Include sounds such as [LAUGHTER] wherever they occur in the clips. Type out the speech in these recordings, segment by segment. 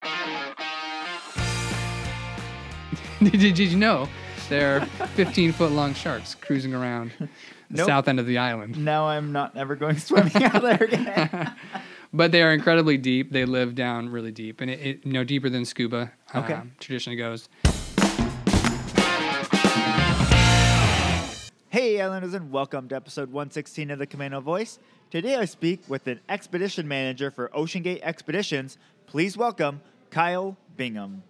[LAUGHS] did, did you know there are 15 foot long sharks cruising around the Nope. south end of the island? Now I'm not ever going [LAUGHS] swimming out there again. But they are incredibly deep. They live down really deep, and it, it you know deeper than scuba. Okay. um, traditionally goes. Hey, Islanders, and welcome to episode 116 of the Commando Voice. Today I speak with an expedition manager for Ocean Gate Expeditions. Please welcome Kyle Bingham.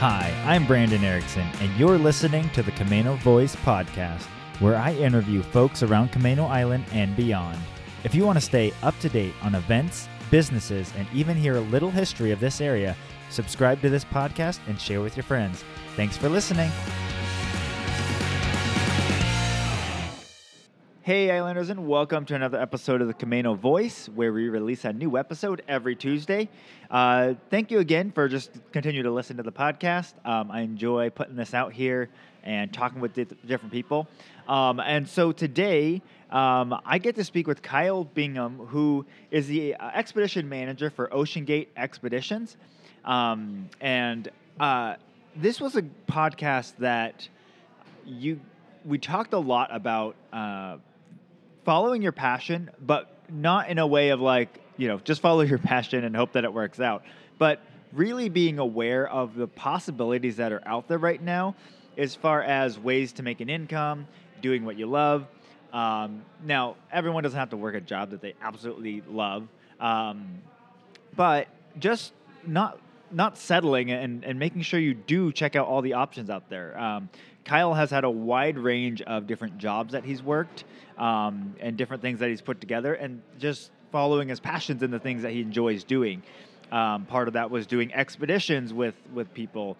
Hi, I'm Brandon Erickson, and you're listening to the Camino Voice podcast, where I interview folks around Camino Island and beyond. If you want to stay up to date on events, businesses, and even hear a little history of this area, subscribe to this podcast and share with your friends. Thanks for listening. Hey, Islanders, and welcome to another episode of the Camino Voice, where we release a new episode every Tuesday. Uh, thank you again for just continue to listen to the podcast. Um, I enjoy putting this out here and talking with di- different people. Um, and so today, um, I get to speak with Kyle Bingham, who is the uh, expedition manager for Ocean Gate Expeditions. Um, and uh, this was a podcast that you we talked a lot about uh, following your passion, but not in a way of like you know just follow your [LAUGHS] passion and hope that it works out, but really being aware of the possibilities that are out there right now, as far as ways to make an income, doing what you love. Um, now, everyone doesn't have to work a job that they absolutely love. Um, but just not not settling and, and making sure you do check out all the options out there. Um, Kyle has had a wide range of different jobs that he's worked um, and different things that he's put together, and just following his passions and the things that he enjoys doing. Um, part of that was doing expeditions with with people,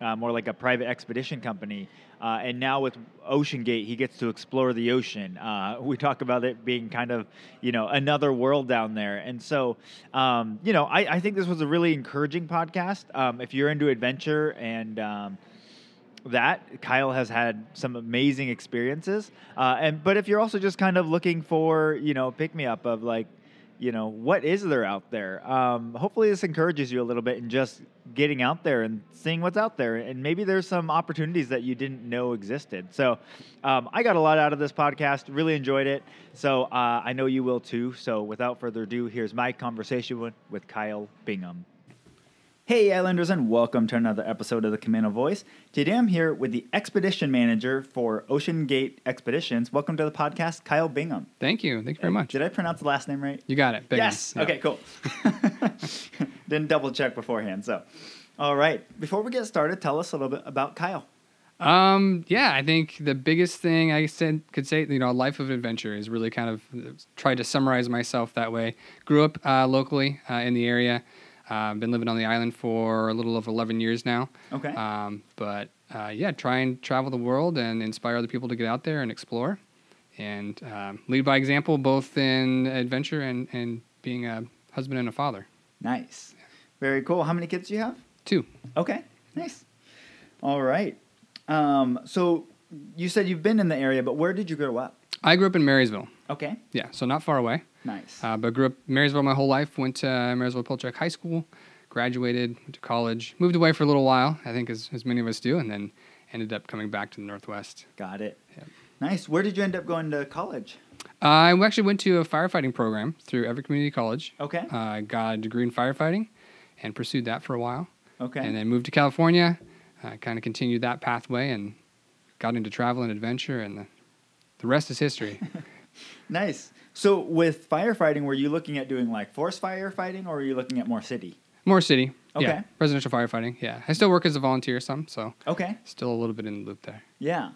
uh, more like a private expedition company. Uh, and now with Ocean Gate, he gets to explore the ocean. Uh, we talk about it being kind of, you know, another world down there. And so, um, you know, I, I think this was a really encouraging podcast. Um, if you're into adventure and um, that Kyle has had some amazing experiences. Uh, and but if you're also just kind of looking for, you know, pick me up of like, you know, what is there out there? Um, hopefully, this encourages you a little bit in just getting out there and seeing what's out there, and maybe there's some opportunities that you didn't know existed. So, um, I got a lot out of this podcast. Really enjoyed it. So uh, I know you will too. So without further ado, here's my conversation with, with Kyle Bingham. Hey, Islanders, and welcome to another episode of the Commando Voice. Today I'm here with the expedition manager for Ocean Gate Expeditions. Welcome to the podcast, Kyle Bingham. Thank you. Thank you very much. Did I pronounce the last name right? You got it. Big one. yes. Yeah. Okay, cool. [LAUGHS] Didn't double check beforehand. So, all right. Before we get started, tell us a little bit about Kyle. Um, yeah, I think the biggest thing I said could say, you know, a life of adventure is really kind of tried to summarize myself that way. Grew up uh, locally uh, in the area. Uh, been living on the island for a little over 11 years now. Okay. Um, but uh, yeah, try and travel the world and inspire other people to get out there and explore and um, lead by example, both in adventure and, and being a husband and a father. Nice. Very cool. How many kids do you have? Two. Okay. Nice. All right. Um, so you said you've been in the area, but where did you grow up? I grew up in Marysville. Okay. Yeah, so not far away. Nice. Uh, but grew up in Marysville my whole life. Went to Marysville Pilcheck High School, graduated, went to college, moved away for a little while, I think, as, as many of us do, and then ended up coming back to the Northwest. Got it. Yep. Nice. Where did you end up going to college? I actually went to a firefighting program through Everett Community College. Okay. Uh, got a degree in firefighting and pursued that for a while. Okay. And then moved to California, uh, kind of continued that pathway and got into travel and adventure, and the, the rest is [LAUGHS] history. nice. So with firefighting, were you looking at doing like forest firefighting, or were you looking at more city? More city. Yeah, Okay. residential firefighting. Yeah. I still work as a volunteer some, so Okay. still a little bit in the loop there. Yeah.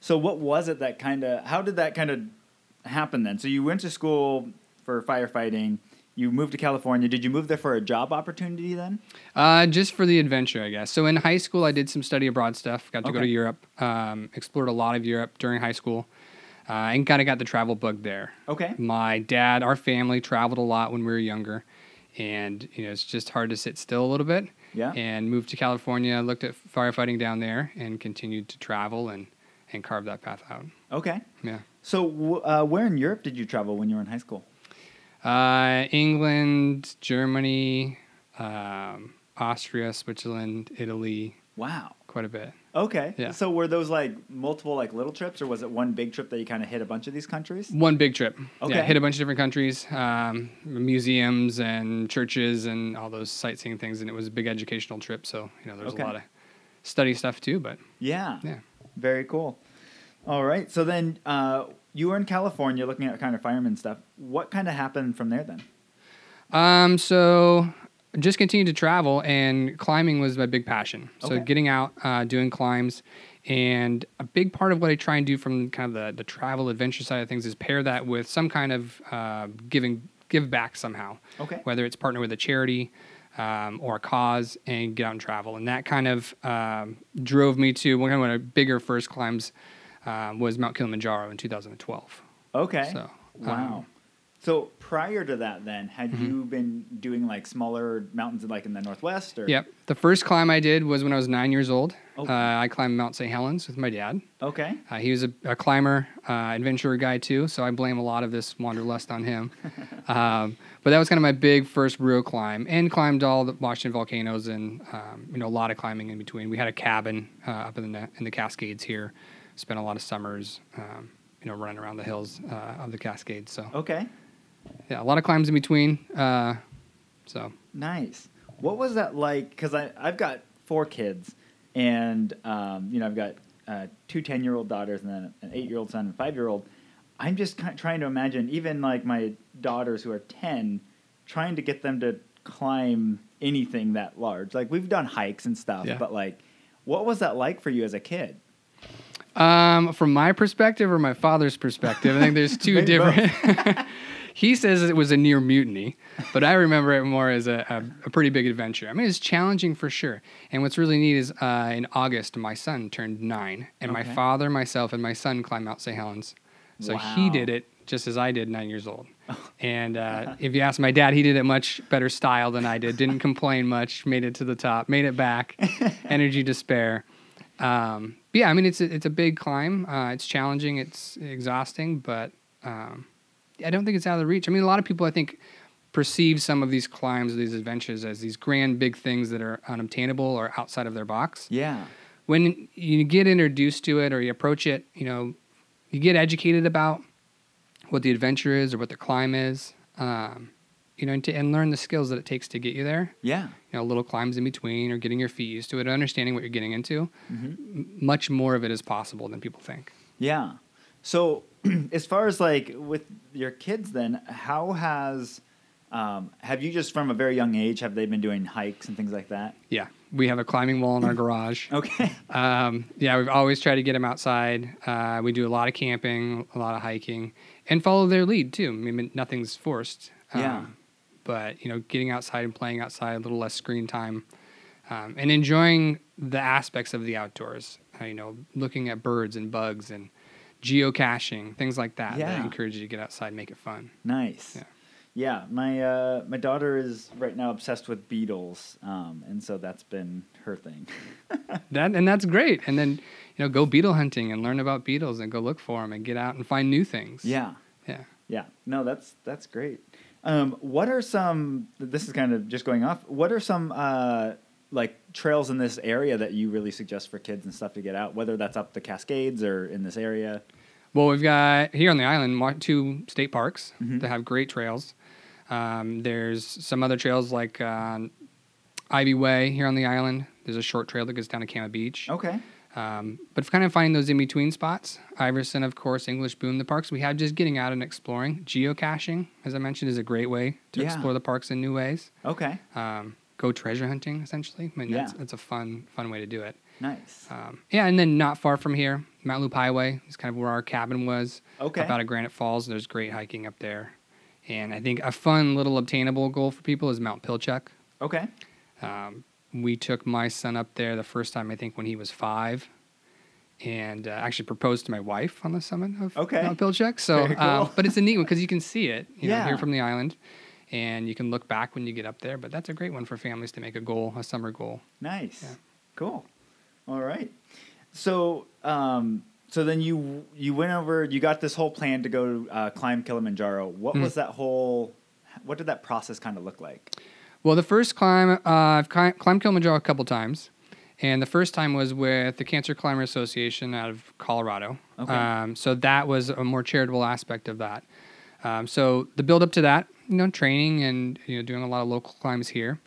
So what was it that kind of? How did that kind of happen then? So you went to school for firefighting. You moved to California. Did you move there for a job opportunity then? Uh, just for the adventure, I guess. So in high school, I did some study abroad stuff. Got to go Okay. to Europe. Um, explored a lot of Europe during high school, uh, and kind of got the travel bug there. Okay. My dad, our family traveled a lot when we were younger, and you know it's just hard to sit still a little bit. Yeah. And moved to California, looked at firefighting down there, and continued to travel and and carve that path out. Okay. Yeah. So w- uh, where in Europe did you travel when you were in high school? Uh, England, Germany, um, Austria, Switzerland, Italy, Wow. quite a bit. Okay. Yeah. So were those like multiple like little trips, or was it one big trip that you kind of hit a bunch of these countries? One big trip. Okay. Yeah, hit a bunch of different countries, um, museums and churches and all those sightseeing things. And it was a big educational trip. So, you know, there's Okay. a lot of study stuff too. But Yeah. yeah. Very cool. All right. So then uh, you were in California looking at kind of fireman stuff. What kind of happened from there then? Um, so just continued to travel, and climbing was my big passion. So Okay. getting out, uh, doing climbs, and a big part of what I try and do from kind of the, the travel adventure side of things is pair that with some kind of uh, giving give back somehow. Okay. Whether it's partner with a charity. Um, or a cause and get out and travel, and that kind of um, drove me to one of my bigger first climbs um, was Mount Kilimanjaro in 2012. Okay. So, wow. um, Mm-hmm. so prior to that, then had you been doing like smaller mountains like in the northwest? Or Yep. The first climb I did was when I was nine years old. Oh. Uh, I climbed Mount St. Helens with my dad. Okay. Uh, he was a, a climber, uh, adventurer guy too, so I blame a lot of this wanderlust on him. um, but that was kind of my big first real climb, and climbed all the Washington volcanoes and um, you know a lot of climbing in between. We had a cabin uh, up in the in the Cascades here. Spent a lot of summers, um, you know, running around the hills uh, of the Cascades. So Okay. yeah, a lot of climbs in between. Uh, so Nice. What was that like? Because I've got four kids, and um, you know I've got uh, two 10 year old daughters and then an eight year old son and five year old. I'm just kind trying to imagine even like my daughters who are 10, trying to get them to climb anything that large. Like we've done hikes and stuff, Yeah. but like, what was that like for you as a kid? Um, from my perspective or my father's perspective, I think there's two [LAUGHS] Maybe both. different. [LAUGHS] he says it was a near mutiny, but I remember it more as a, a, a pretty big adventure. I mean, it's challenging for sure. And what's really neat is uh, in August, my son turned nine, and Okay. my father, myself, and my son climbed Mount St. Helens. So he Wow. did it just as I did, nine years old. And uh, if you ask my dad, he did it much better style than I did. Didn't complain much. Made it to the top. Made it back. Energy to spare. Um, but yeah, I mean it's a, it's a big climb. Uh, it's challenging. It's exhausting, but um, I don't think it's out of the reach. I mean, a lot of people I think perceive some of these climbs, these adventures, as these grand big things that are unobtainable or outside of their box Yeah. when you get introduced to it or you approach it, you know, you get educated about what the adventure is or what the climb is, um, you know, and, to, and learn the skills that it takes to get you there. Yeah. You know, little climbs in between or getting your feet used to it, understanding what you're getting into. M- much more of it is possible than people think. Yeah. So, [CLEARS THROAT] as far as like with your kids, then how has um, have you just from a very young age have they been doing hikes and things like that? Yeah, we have a climbing wall in our garage. Okay. Um, yeah, we've always tried to get them outside. Uh, we do a lot of camping, a lot of hiking, and follow their lead too. I mean, nothing's forced. Um, Yeah. But you know, getting outside and playing outside, a little less screen time, um, and enjoying the aspects of the outdoors. Uh, you know, looking at birds and bugs and geocaching, things like that. Yeah. That encourage you to get outside, and make it fun. [LAUGHS] Nice. Yeah. Yeah, my uh, my daughter is right now obsessed with beetles, um, and so that's been her thing. That and that's great. And then you know, go beetle hunting and learn about beetles and go look for them and get out and find new things. yeah. Yeah. Yeah. No, that's that's great. Um, what are some? This is kind of just going off. What are some uh, like trails in this area that you really suggest for kids and stuff to get out? Whether that's up the Cascades or in this area. Well, we've got here on the island wa- two state parks Mm-hmm. that have great trails. Um, there's some other trails like uh, Ivy Way here on the island. There's a short trail that goes down to Kama Beach. Okay. Um, but kind of finding those in between spots. Iverson, of course, English Boom, the parks we have, just getting out and exploring. Geocaching, as I mentioned, is a great way to Yeah. explore the parks in new ways. Okay. Um, go treasure hunting, essentially. I mean, that's, Yeah. that's a fun, fun way to do it. Nice. Um, yeah, and then not far from here, Mount Loop Highway is kind of where our cabin was. Okay. Up out of Granite Falls, there's great hiking up there. And I think a fun little obtainable goal for people is Mount Pilchuck. Okay. Um, we took my son up there the first time, I think, when he was five, and uh, actually proposed to my wife on the summit of Okay. Mount Pilchuck. So, Very uh, cool. but it's a neat one because you can see it, you know, Yeah. here from the island, and you can look back when you get up there. But that's a great one for families to make a goal, a summer goal. Nice. Yeah. Cool. All right. So um, so then you you went over. You got this whole plan to go uh, climb Kilimanjaro. What was that whole? What did that process kind of look like? Well, the first climb, uh, I've cli- climbed Kilimanjaro a couple times, and the first time was with the Cancer Climber Association out of Colorado. Okay. Um, so that was a more charitable aspect of that. Um, so the build up to that, you know, training and you know doing a lot of local climbs here,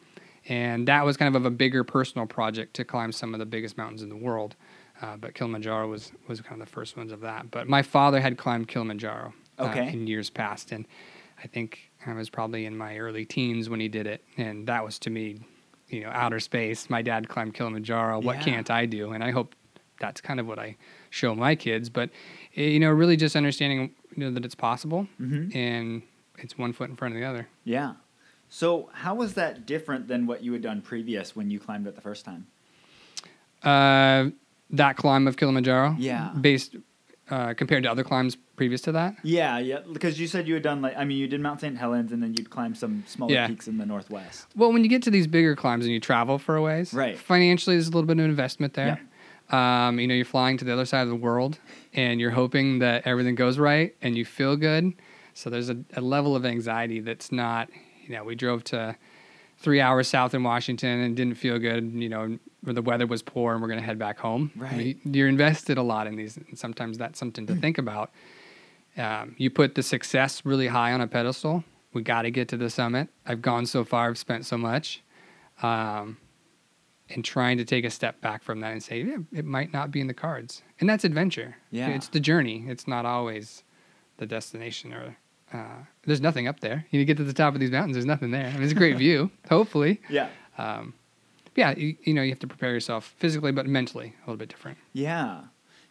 and that was kind of of a bigger personal project to climb some of the biggest mountains in the world. Uh, but Kilimanjaro was was kind of the first ones of that. But my father had climbed Kilimanjaro uh, Okay. in years past, and I think I was probably in my early teens when he did it, and that was to me, you know, outer space. My dad climbed Kilimanjaro. What Yeah. can't I do? And I hope that's kind of what I show my kids. But eh, you know, really just understanding you know that it's possible, Mhm. and it's one foot in front of the other. Yeah. So how was that different than what you had done previous when you climbed it the first time? Uh, that climb of Kilimanjaro, Yeah. based uh, compared to other climbs previous to that. Yeah, yeah. Because you said you had done like I mean you did Mount St. Helens and then you'd climb some smaller Yeah. peaks in the northwest. Well, when you get to these bigger climbs and you travel for a ways, Right. Financially, there's a little bit of investment there. Um, you know, you're flying to the other side of the world, and you're hoping that everything goes right and you feel good. So there's a, a level of anxiety that's not. You know, we drove to three hours south in Washington and didn't feel good. You know, where the weather was poor, and we're going to head back home. I mean, Right. Hmm. you're invested a lot in these, and sometimes that's something to think about. Um, you put the success really high on a pedestal. We got to get to the summit. I've gone so far. I've spent so much, um, and trying to take a step back from that and say, yeah, it might not be in the cards, and that's adventure. Yeah. it's the journey. It's not always the destination or. Uh, there's nothing up there. You get to the top of these mountains. There's nothing there. I mean, it's a great view. Hopefully, Yeah. um, yeah. You, you know, you have to prepare yourself physically, but mentally a little bit different. Yeah.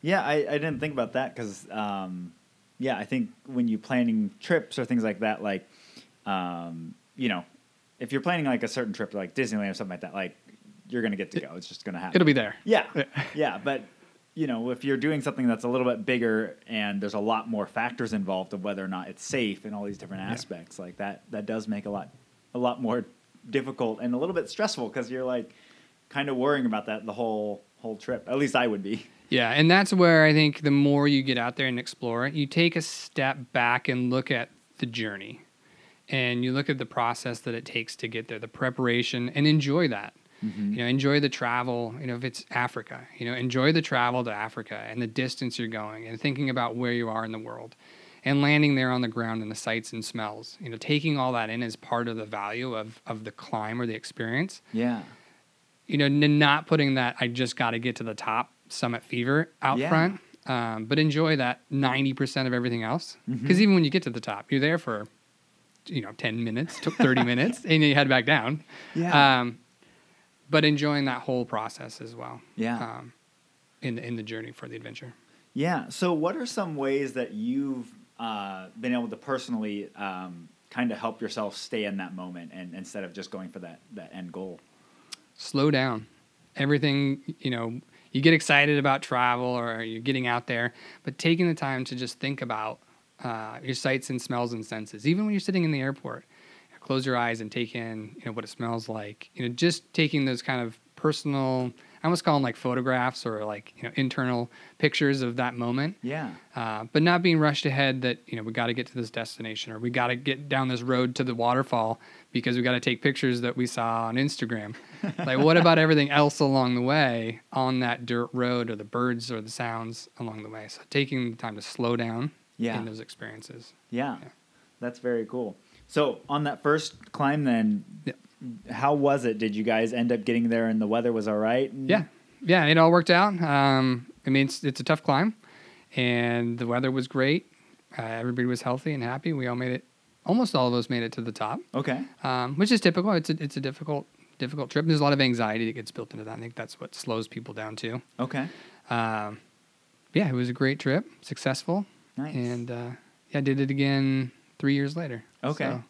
Yeah, I, I didn't think about that because, um, yeah, I think when you're planning trips or things like that, like, um, you know, if you're planning like a certain trip, like Disneyland or something like that, like, you're going to get to go. It's just going to happen. It'll be there. Yeah. Yeah. But, you know, if you're doing something that's a little bit bigger and there's a lot more factors involved of whether or not it's safe and all these different aspects, like that, that does make a lot, a lot more difficult and a little bit stressful because you're like kind of worrying about that the whole, whole trip. At least I would be. Yeah, and that's where I think the more you get out there and explore, you take a step back and look at the journey. And you look at the process that it takes to get there, the preparation, and enjoy that. You know, enjoy the travel, you know, if it's Africa, you know, enjoy the travel to Africa and the distance you're going and thinking about where you are in the world and landing there on the ground and the sights and smells. You know, taking all that in is part of the value of of the climb or the experience Yeah. you know, n- not putting that I just got to get to the top summit fever out Yeah. front, um, but enjoy that ninety percent of everything else. Because Mhm. even when you get to the top, you're there for, you know, ten minutes, took [LAUGHS] thirty minutes, and you head back down. Yeah. Um, but enjoying that whole process as well. Yeah. Um, in in the journey for the adventure. Yeah. So, what are some ways that you've uh, been able to personally um, kind of help yourself stay in that moment and instead of just going for that, that end goal? slow down. Everything, you know, you get excited about travel or you're getting out there, but taking the time to just think about uh, your sights and smells and senses, even when you're sitting in the airport, close your eyes and take in, you know, what it smells like. You know, just taking those kind of personal, I almost call them like photographs or like you know internal pictures of that moment. Yeah. Uh, but not being rushed ahead that you know we got to get to this destination or we got to get down this road to the waterfall because we got to take pictures that we saw on Instagram. like what about everything else along the way on that dirt road or the birds or the sounds along the way? So taking the time to slow down Yeah. in those experiences. Yeah. Yeah. That's very cool. So, on that first climb, then, Yeah. how was it? Did you guys end up getting there and the weather was all right? And- Yeah, yeah, it all worked out. Um, I mean, it's it's a tough climb, and the weather was great. Uh, everybody was healthy and happy. We all made it. Almost all of us made it to the top. Okay. um, which is typical. It's a, it's a difficult difficult trip. There's a lot of anxiety that gets built into that. I think that's what slows people down too. Okay. Um, yeah, it was a great trip, successful, Nice. and uh, yeah, I did it again three years later. Okay. So,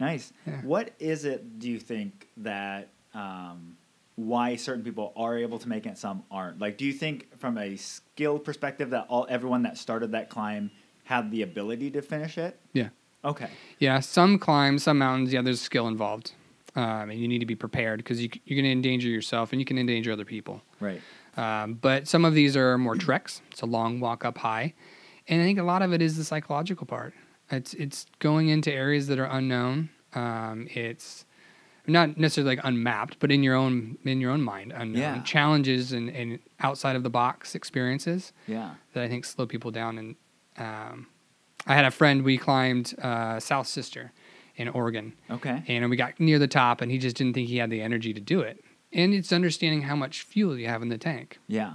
Nice. Yeah. What is it do you think that um, why certain people are able to make it, some aren't? Like, do you think from a skill perspective that all everyone that started that climb had the ability to finish it? yeah, Okay. yeah. Some climbs, some mountains. Yeah, there's skill involved, um, and you need to be prepared because you, c- you're going to endanger yourself and you can endanger other people. Right. Um, but some of these are more treks. It's a long walk up high, and I think a lot of it is the psychological part. It's it's going into areas that are unknown. Um, it's not necessarily like unmapped, but in your own in your own mind, unknown Yeah. challenges and, and outside of the box experiences Yeah. that I think slow people down. And um, I had a friend we climbed uh, South Sister in Oregon, Okay. and we got near the top, and he just didn't think he had the energy to do it. And it's understanding how much fuel you have in the tank. Yeah.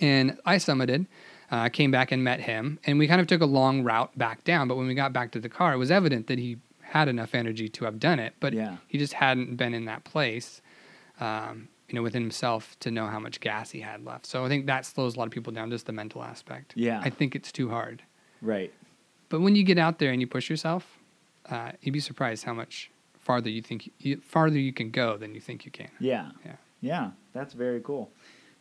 And I summited, uh, came back and met him, and we kind of took a long route back down. But when we got back to the car, it was evident that he had enough energy to have done it, but Yeah. he just hadn't been in that place, um, you know, within himself to know how much gas he had left. So I think that slows a lot of people down, just the mental aspect. Yeah. I think it's too hard. Right. But when you get out there and you push yourself, uh, you'd be surprised how much farther you think you, farther you can go than you think you can. Yeah. Yeah. Yeah. That's very cool.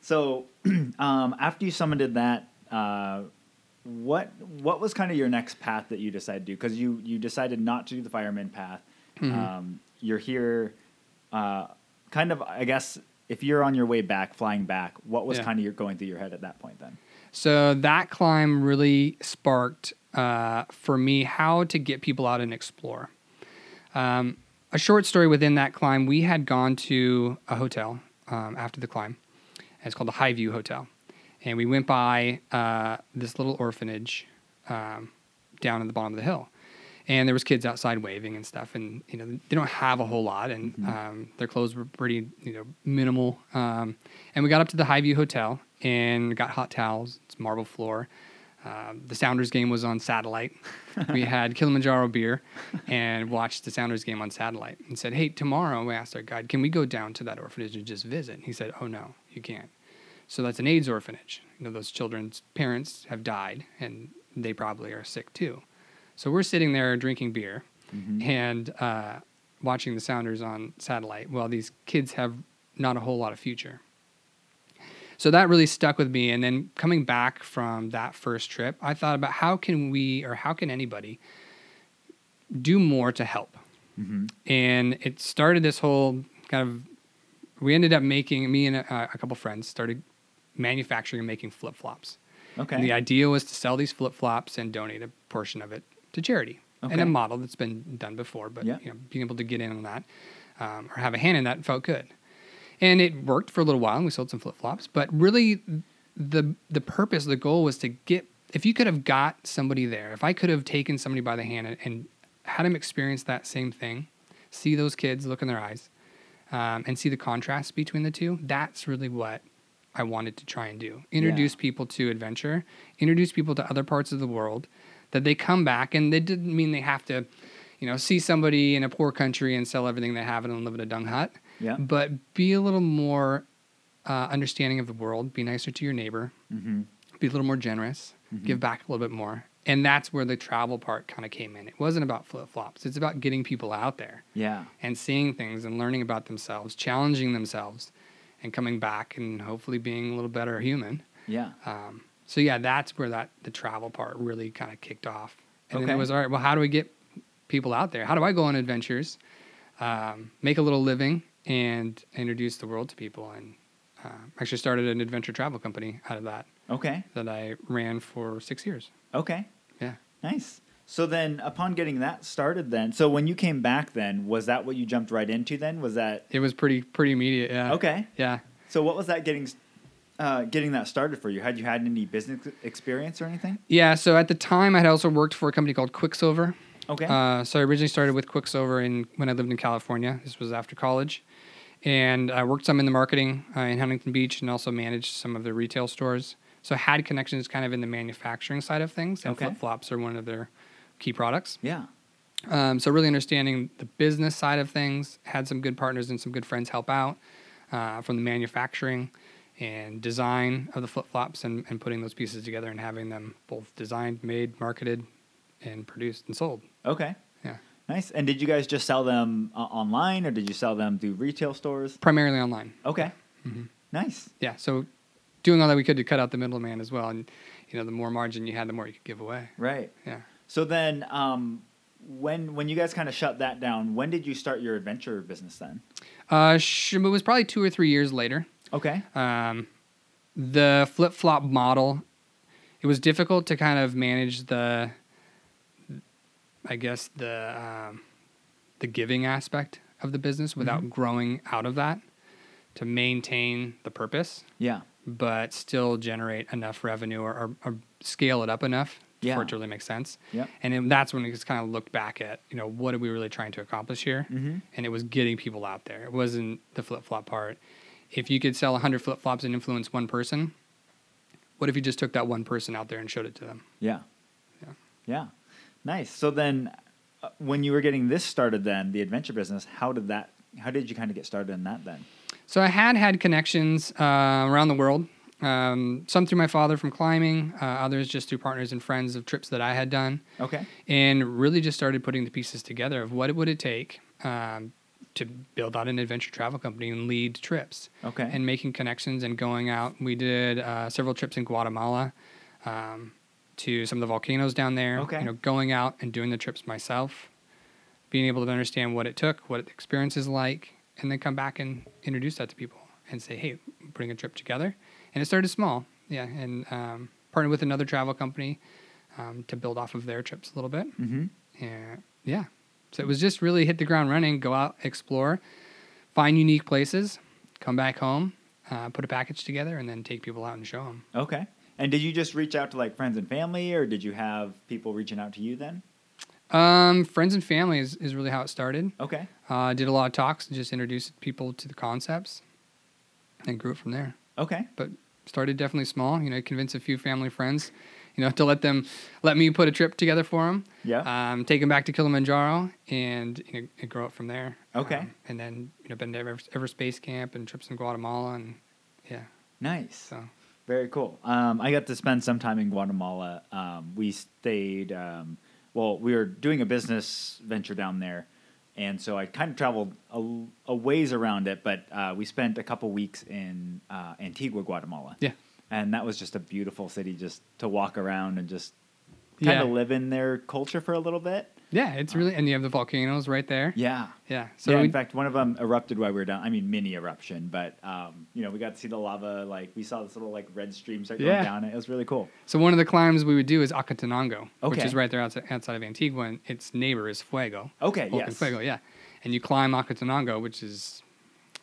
So, [CLEARS THROAT] um, after you summited that, uh, what what was kind of your next path that you decided to do? Because you you decided not to do the fireman path. Mm-hmm. Um, you're here, uh, kind of. I guess if you're on your way back, flying back, what was Yeah. kind of your going through your head at that point? Then. So that climb really sparked uh, for me how to get people out and explore. Um, a short story within that climb, we had gone to a hotel um, after the climb. And it's called the High View Hotel. And we went by uh, this little orphanage um, down at the bottom of the hill. And there was kids outside waving and stuff. And, you know, they don't have a whole lot. And um, their clothes were pretty, you know, minimal. Um, and we got up to the High View Hotel and got hot towels. It's marble floor. Um, the Sounders game was on satellite. we had Kilimanjaro beer and watched the Sounders game on satellite and said, Hey, tomorrow, we asked our guide, can we go down to that orphanage and just visit? And he said, Oh, no, you can't. So that's an AIDS orphanage. You know, those children's parents have died and they probably are sick too. So we're sitting there drinking beer and uh, watching the Sounders on satellite while these kids have not a whole lot of future. So that really stuck with me. And then coming back from that first trip, I thought about how can we or how can anybody do more to help? Mm-hmm. and it started this whole kind of we ended up making me and a, a couple friends started manufacturing and making flip-flops Okay. and the idea was to sell these flip-flops and donate a portion of it to charity and Okay. a model that's been done before but Yeah. you know, being able to get in on that um, or have a hand in that felt good and it worked for a little while and we sold some flip-flops but really the the purpose the goal was to get if you could have got somebody there if i could have taken somebody by the hand and, and had them experience that same thing see those kids look in their eyes um, and see the contrast between the two that's really what i wanted to try and do introduce people to adventure introduce people to other parts of the world that they come back and they didn't mean they have to you know see somebody in a poor country and sell everything they have and live in a dung hut Yeah. but be a little more uh, understanding of the world. Be nicer to your neighbor. Mm-hmm. Be a little more generous. Give back a little bit more. And that's where the travel part kind of came in. It wasn't about flip flops. It's about getting people out there Yeah. and seeing things and learning about themselves, challenging themselves, and coming back and hopefully being a little better human. Yeah. Um, so yeah, that's where that the travel part really kind of kicked off. And then Okay. it was all right. Well, how do we get people out there? How do I go on adventures, um, make a little living, and introduce the world to people? And uh, actually started an adventure travel company out of that Okay. that I ran for six years. Okay. Yeah. Nice. So then, upon getting that started, then, so when you came back, then, was that what you jumped right into? Then, was that It was pretty pretty immediate. Yeah. okay? Yeah. So, what was that getting, uh, getting that started for you? Had you had any business experience or anything? Yeah. So at the time, I had also worked for a company called Quicksilver. Okay. Uh, so I originally started with Quicksilver in when I lived in California. This was after college, and I worked some in the marketing uh, in Huntington Beach, and also managed some of their retail stores. So I had connections kind of in the manufacturing side of things, and Okay. flip flops are one of their key products. yeah. Um, so really understanding the business side of things, had some good partners and some good friends help out uh, from the manufacturing and design of the flip flops and, and putting those pieces together and having them both designed, made, marketed, and produced and sold. Okay. Yeah. Nice. And did you guys just sell them uh, online, or did you sell them through retail stores? primarily online. Okay. Mm-hmm. Nice. Yeah, so doing all that we could to cut out the middleman as well, and you know, the more margin you had, the more you could give away. Right. Yeah. So then, um, when when you guys kind of shut that down, when did you start your adventure business then? Uh, sh- it was probably two or three years later. Okay. Um, the flip flop model, it was difficult to kind of manage the, I guess the, um, the giving aspect of the business without growing out of that to maintain the purpose, Yeah. but still generate enough revenue or, or, or scale it up enough Yeah. for it to really make sense. Yep. And then that's when we just kind of looked back at, you know, what are we really trying to accomplish here? Mhm. And it was getting people out there. It wasn't the flip flop part. If you could sell 100 flip flops and influence one person, what if you just took that one person out there and showed it to them? Yeah. Yeah. Yeah. Nice. So then, uh, when you were getting this started, then the adventure business, how did that? How did you kind of get started in that then? So I had had connections uh, around the world. Um, some through my father from climbing, uh, others just through partners and friends of trips that I had done, Okay. and really just started putting the pieces together of what would it take um, to build out an adventure travel company and lead trips, Okay. and making connections and going out. We did uh, several trips in Guatemala um, to some of the volcanoes down there. Okay. you know, going out and doing the trips myself, being able to understand what it took, what the experience is like, and then come back and introduce that to people and say, hey, I'm putting a trip together. And it started small, yeah, and um, partnered with another travel company um, to build off of their trips a little bit. mm-hmm. Yeah, yeah. So it was just really hit the ground running, go out, explore, find unique places, come back home, uh, put a package together, and then take people out and show them. Okay. And did you just reach out to like friends and family, or did you have people reaching out to you then? Um, friends and family is, is really how it started. Okay. Uh, I did a lot of talks and just introduced people to the concepts and grew it from there. Okay. But started definitely small, you know, convince a few family friends, you know, to let them, let me put a trip together for them, Yeah. um, take them back to Kilimanjaro and, you know, and grow it from there. Okay. Um, and then, you know, been to Ever, Ever Space Camp and trips in Guatemala and yeah, nice. so. Very cool. Um, I got to spend some time in Guatemala. Um, we stayed, um, well, we were doing a business venture down there. And so I kind of traveled a, a ways around it, but uh, we spent a couple weeks in uh, Antigua, Guatemala. Yeah. And that was just a beautiful city just to walk around and just kind of Yeah. live in their culture for a little bit. Yeah, it's really, and you have the volcanoes right there. Yeah. Yeah. So So yeah, we- in fact, one of them erupted while we were down. I mean, mini eruption, but um, you know, we got to see the lava. Like we saw this little like red stream start going Yeah. down. It was really cool. So one of the climbs we would do is Acatenango, which Okay. is right there outside, outside of Antigua, and its neighbor is Fuego. Okay, Volcan yes. Fuego, yeah. And you climb Acatenango, which is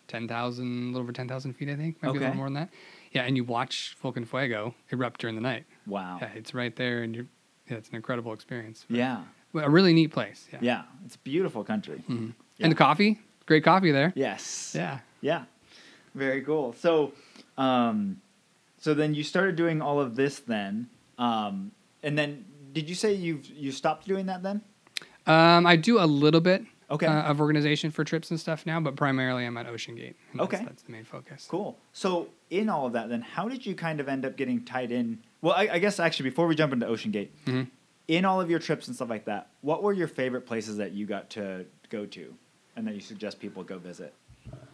10,000, a little over 10,000 feet, I think, maybe a Okay. little more than that. Yeah, and you watch Vulcan Fuego erupt during the night. Wow. Yeah, Yeah. it's right there, and you're, yeah, it's an incredible experience. Oh. Yeah. But a really neat place, yeah. It's a beautiful country. Mhm. Yeah. And the coffee, great coffee there. Yes. Yeah. Yeah. Very cool. So, um, so then you started doing all of this then, um, and then did you say you've you stopped doing that then? Um, I do a little bit Okay. uh, of organization for trips and stuff now, but primarily I'm at Ocean Gate. and that's- Okay. that's the main focus. Cool. So in all of that, then how did you kind of end up getting tied in? Well, I, I guess actually before we jump into Ocean Gate, Mhm. in all of your trips and stuff like that, what were your favorite places that you got to go to, and that you suggest people go visit?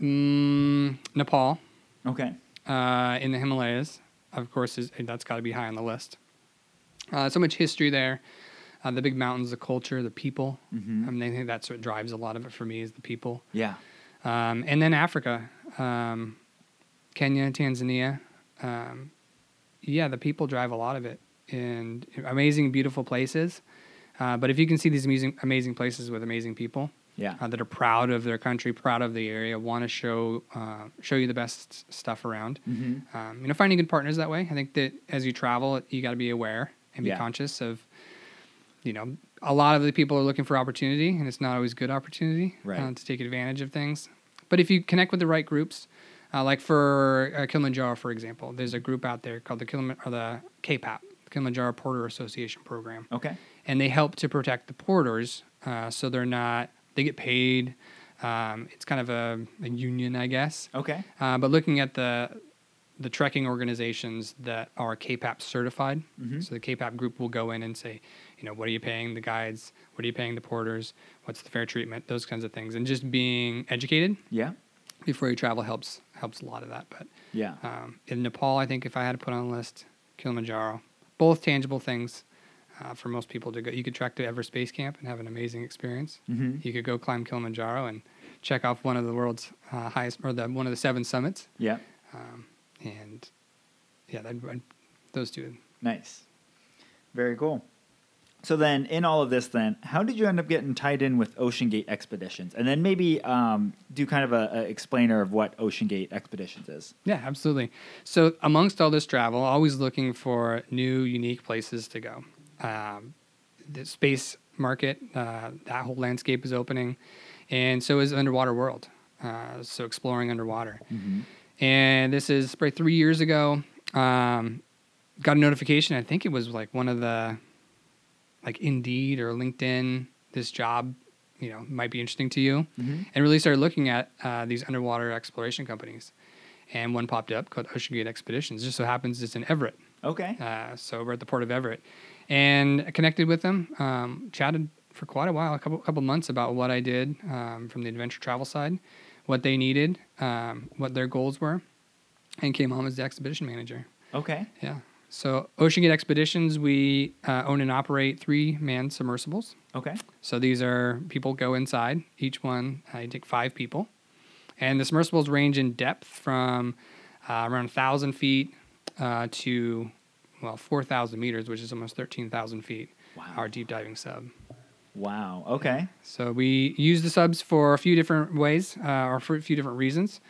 Mm, Nepal. Okay. uh, in the Himalayas. Of course, is, that's got to be high on the list. Uh, so much history there, uh, the big mountains, the culture, the people. Mhm. I mean, I think that's what drives a lot of it for me is the people. Yeah. Um, and then Africa, um, Kenya, Tanzania. Um, yeah, the people drive a lot of it, and amazing, beautiful places. Uh, but if you can see these amazing, amazing places with amazing people, Yeah. uh, that are proud of their country, proud of the area, want to show uh, show you the best s- stuff around. hmm Um, you know, finding good partners that way. I think that as you travel, you got to be aware and be Yeah. conscious of. You know, a lot of the people are looking for opportunity, and it's not always good opportunity Right. uh, to take advantage of things. But if you connect with the right groups, uh, like for uh, Kilimanjaro, for example, there's a group out there called the Kiliman or the KPAP, Kilimanjaro Porter Association Program Okay. and they help to protect the porters uh, so they're not they get paid um, it's kind of a, a union i guess Okay. uh, but looking at the the trekking organizations that are KPAP certified, Mhm. so the KPAP group will go in and say, you know, what are you paying the guides? What are you paying the porters? What's the fair treatment? Those kinds of things, and just being educated Yeah. before you travel helps helps a lot of that. But Yeah. um, in Nepal, I think if I had to put on a list, Kilimanjaro, both tangible things uh, for most people to go. You could trek to Everest Space Camp and have an amazing experience. hmm You could go climb Kilimanjaro and check off one of the world's uh, highest or the one of the seven summits. Yeah. Um, and yeah, that, those two. Nice. Very cool. So then, in all of this, then how did you end up getting tied in with Ocean Gate Expeditions, and then maybe um, do kind of a, a explainer of what Ocean Gate Expeditions is? Yeah, absolutely. So, amongst all this travel, always looking for new, unique places to go. Um, the space market, uh, that whole landscape is opening, and so is underwater world. Uh, so, exploring underwater. And this is probably three years ago. Um, got a notification. I think it was like one of the, like Indeed or LinkedIn. This job, you know, might be interesting to you Mm-hmm. and really started looking at uh, these underwater exploration companies. And one popped up called Ocean Gate Expeditions. Just so happens it's in Everett, Okay. uh, so we're at the port of Everett, and I connected with them. Um, chatted for quite a while, a couple couple months about what I did um, from the adventure travel side, what they needed, um, what their goals were, and came home as the expedition manager. Okay. Yeah. So Ocean Gate Expeditions, we uh, own and operate three man submersibles. Okay. So these are people go inside. Each one, uh, you take five people, and the submersibles range in depth from uh, around thousand feet uh, to well four thousand meters, which is almost thirteen thousand feet. Wow. Our deep diving sub. Wow. Okay. So we use the subs for a few different ways, uh, or for a few different reasons.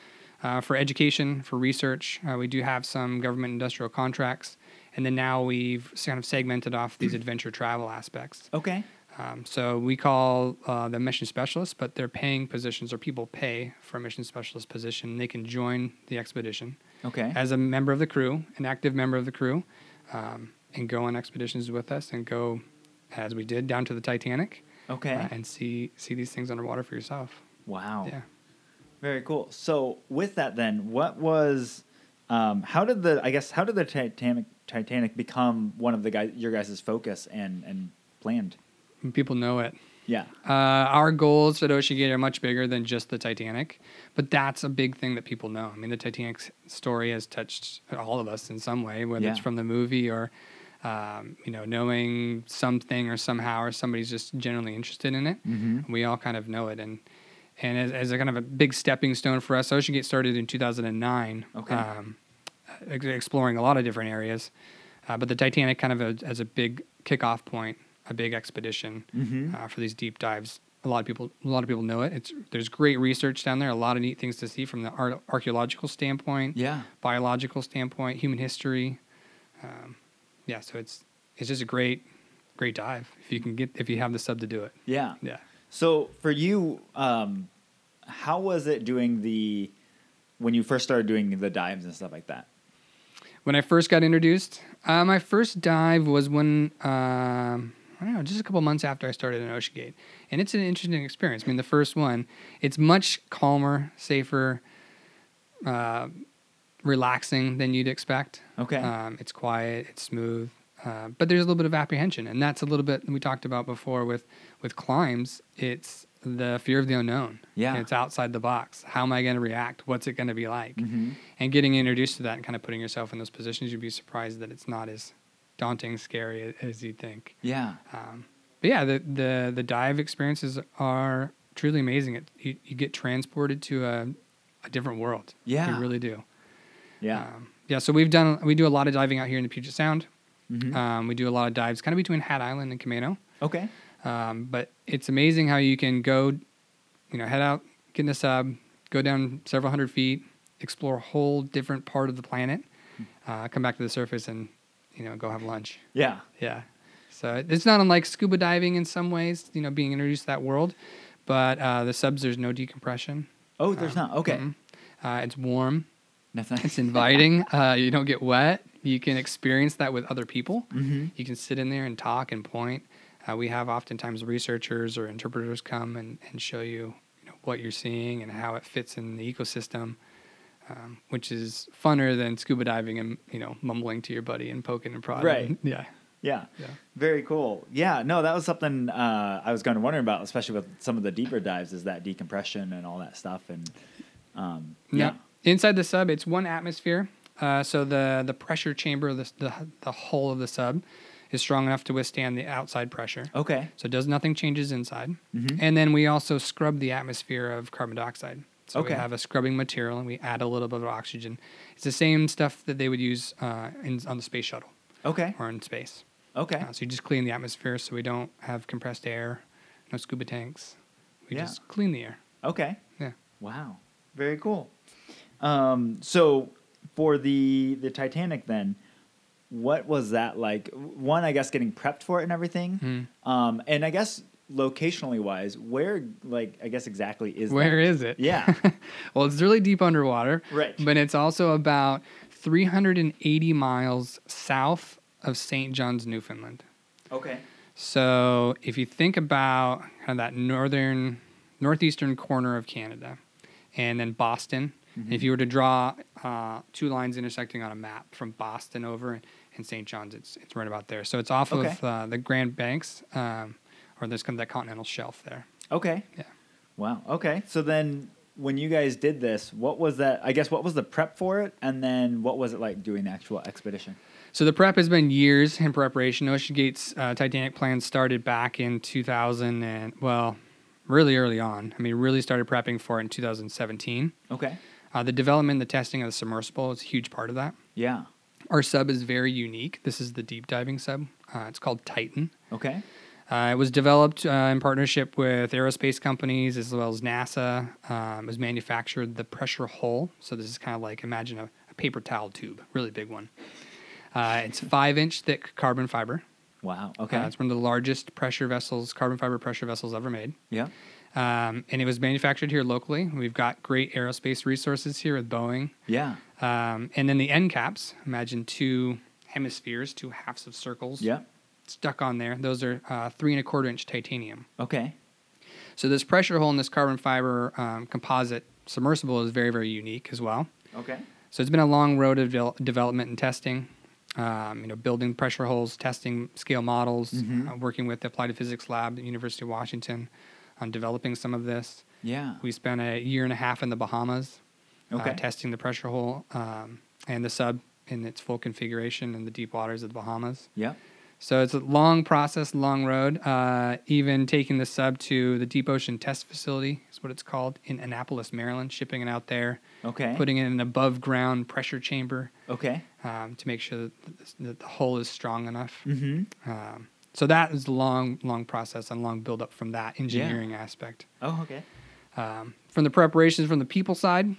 Uh, for education, for research, uh, we do have some government industrial contracts, and then now we've kind of segmented off these adventure travel aspects. Okay. Um, so we call uh, the mission specialists, but they're paying positions or people pay for a mission specialist position. They can join the expedition Okay. as a member of the crew, an active member of the crew, um, and go on expeditions with us and go as we did down to the Titanic Okay. Oh. uh, and see see these things underwater for yourself. Wow. Yeah. Very cool. So with that, then, what was, um, how did the, I guess, how did the Titanic Titanic become one of the guys your guys' focus and and planned? And people know it. Yeah. Uh, our goals at Ocean Gate are much bigger than just the Titanic, but that's a big thing that people know. I mean, the Titanic s- story has touched all of us in some way, whether it's Yeah. from the movie or, um, you know, knowing something or somehow or somebody's just generally interested in it. Mhm. Mm-hmm. We all kind of know it, and and as, as a kind of a big stepping stone for us, Ocean Gate started in 2009. Okay. Um, ex- exploring a lot of different areas, uh, but the Titanic kind of a, as a big kickoff point, a big expedition Mm-hmm. uh, for these deep dives. A lot of people, a lot of people know it. It's there's great research down there. A lot of neat things to see from the ar- archaeological standpoint, Yeah. biological standpoint, human history. Um, yeah, so it's it's just a great, great dive if you can get if you have the sub to do it. Yeah. Yeah. So for you, um, how was it doing the when you first started doing the dives and stuff like that? When I first got introduced, uh, my first dive was when um, I don't know, just a couple months after I started in Ocean Gate, and it's an interesting experience. I mean, the first one, it's much calmer, safer, uh, relaxing than you'd expect. Okay. Um, it's quiet, it's smooth, uh, but there's a little bit of apprehension, and that's a little bit we talked about before with with climbs. It's the fear of the unknown. Yeah. it's outside the box. How am I going to react? What's it going to be like? Mhm. And getting introduced to that and kind of putting yourself in those positions, you'd be surprised that it's not as daunting, scary as you think. Yeah. Um, but yeah, the, the the dive experiences are truly amazing. It, you, you get transported to a, a different world. Yeah. you really do. Yeah. Um, yeah. So we've done we do a lot of diving out here in the Puget Sound. Mhm. Um, we do a lot of dives kind of between Hat Island and Camino. okay. Um, but it's amazing how you can go, you know, head out, get in a sub, go down several hundred feet, explore a whole different part of the planet, uh, come back to the surface, and you know, go have lunch. Yeah. Yeah. So it- it's not unlike scuba diving in some ways, you know, being introduced to that world. But uh, the subs, there's no decompression. Oh, there's not. Okay. Mm-mm. Uh, it's warm. That's nice. It's inviting. [LAUGHS] uh, you don't get wet. You can experience that with other people. Mhm. You can sit in there and talk and point. Uh, we have oftentimes researchers or interpreters come and, and show you, you know, what you're seeing and how it fits in the ecosystem, um, which is funner than scuba diving and you know mumbling to your buddy and poking and prodding. Right. [LAUGHS] Yeah. [LAUGHS] Yeah. Yeah. Very cool. Yeah. No, that was something uh, I was going to wonder about, especially with some of the deeper dives, is that decompression and all that stuff. And um, Yeah. yeah. Inside the sub, it's one atmosphere. Uh, so the the pressure chamber of the, the the hull of the sub is strong enough to withstand the outside pressure. Okay. So it does nothing changes inside. Mhm. And then we also scrub the atmosphere of carbon dioxide. So Okay. we have a scrubbing material and we add a little bit of oxygen. It's the same stuff that they would use uh, in, on the space shuttle Okay. or in space. Okay. Uh, so you just clean the atmosphere so we don't have compressed air, no scuba tanks. We Yeah. just clean the air. Okay. Yeah. Wow. Very cool. Um, so for the the Titanic then, what was that like? One, I guess getting prepped for it and everything. Hmm. Um, and I guess locationally wise, where like I guess exactly is Where that? is it? [LAUGHS] Yeah. well, it's really deep underwater. Right. But it's also about 380 miles south of St. John's, Newfoundland. Okay. So if you think about kind of that northern, northeastern corner of Canada, and then Boston, if you were to draw uh, two lines intersecting on a map from Boston over and, and St. John's, it's it's right about there. So it's off Okay. of uh, the Grand Banks, um, or there's kind of that continental shelf there. Okay. Yeah. Wow. Okay. So then when you guys did this, what was that I guess what was the prep for it and then what was it like doing the actual expedition? So the prep has been years in preparation. Ocean Gate's uh, Titanic plan started back in 2000 and well, really early on. I mean, really started prepping for it in 2017. Okay. Uh, the development, and the testing of the submersible is a huge part of that. Yeah. Our sub is very unique. This is the deep diving sub. Uh, it's called Titan. Okay. Uh, it was developed uh, in partnership with aerospace companies as well as NASA. Um, it was manufactured the pressure hull. So this is kind of like imagine a, a paper towel tube, really big one. Uh, it's five inch thick carbon fiber. Wow. Okay. Uh, it's one of the largest pressure vessels, carbon fiber pressure vessels ever made. yeah. Um, and it was manufactured here locally. We've got great aerospace resources here with Boeing. Yeah. Um, and then the end caps, imagine two hemispheres, two halves of circles Yeah. stuck on there. Those are uh, three and a quarter inch titanium. Okay. So this pressure hole in this carbon fiber um, composite submersible is very, very unique as well. Okay. So it's been a long road of devel- development and testing. Um, you know, building pressure holes, testing scale models, Mhm. uh, working with the Applied Physics Lab at University of Washington on developing some of this. Yeah. We spent a year and a half in the Bahamas uh, Okay. testing the pressure hole um, and the sub in its full configuration in the deep waters of the Bahamas. yeah. So it's a long process, long road. Uh, even taking the sub to the Deep Ocean Test Facility is what it's called in Annapolis, Maryland, shipping it out there, Okay. putting it in an above ground pressure chamber okay. um, to make sure that the, that the hull is strong enough. Mm-hmm. Um, so that is a long, long process and long build up from that engineering aspect Oh, okay. um, from the preparations from the people side,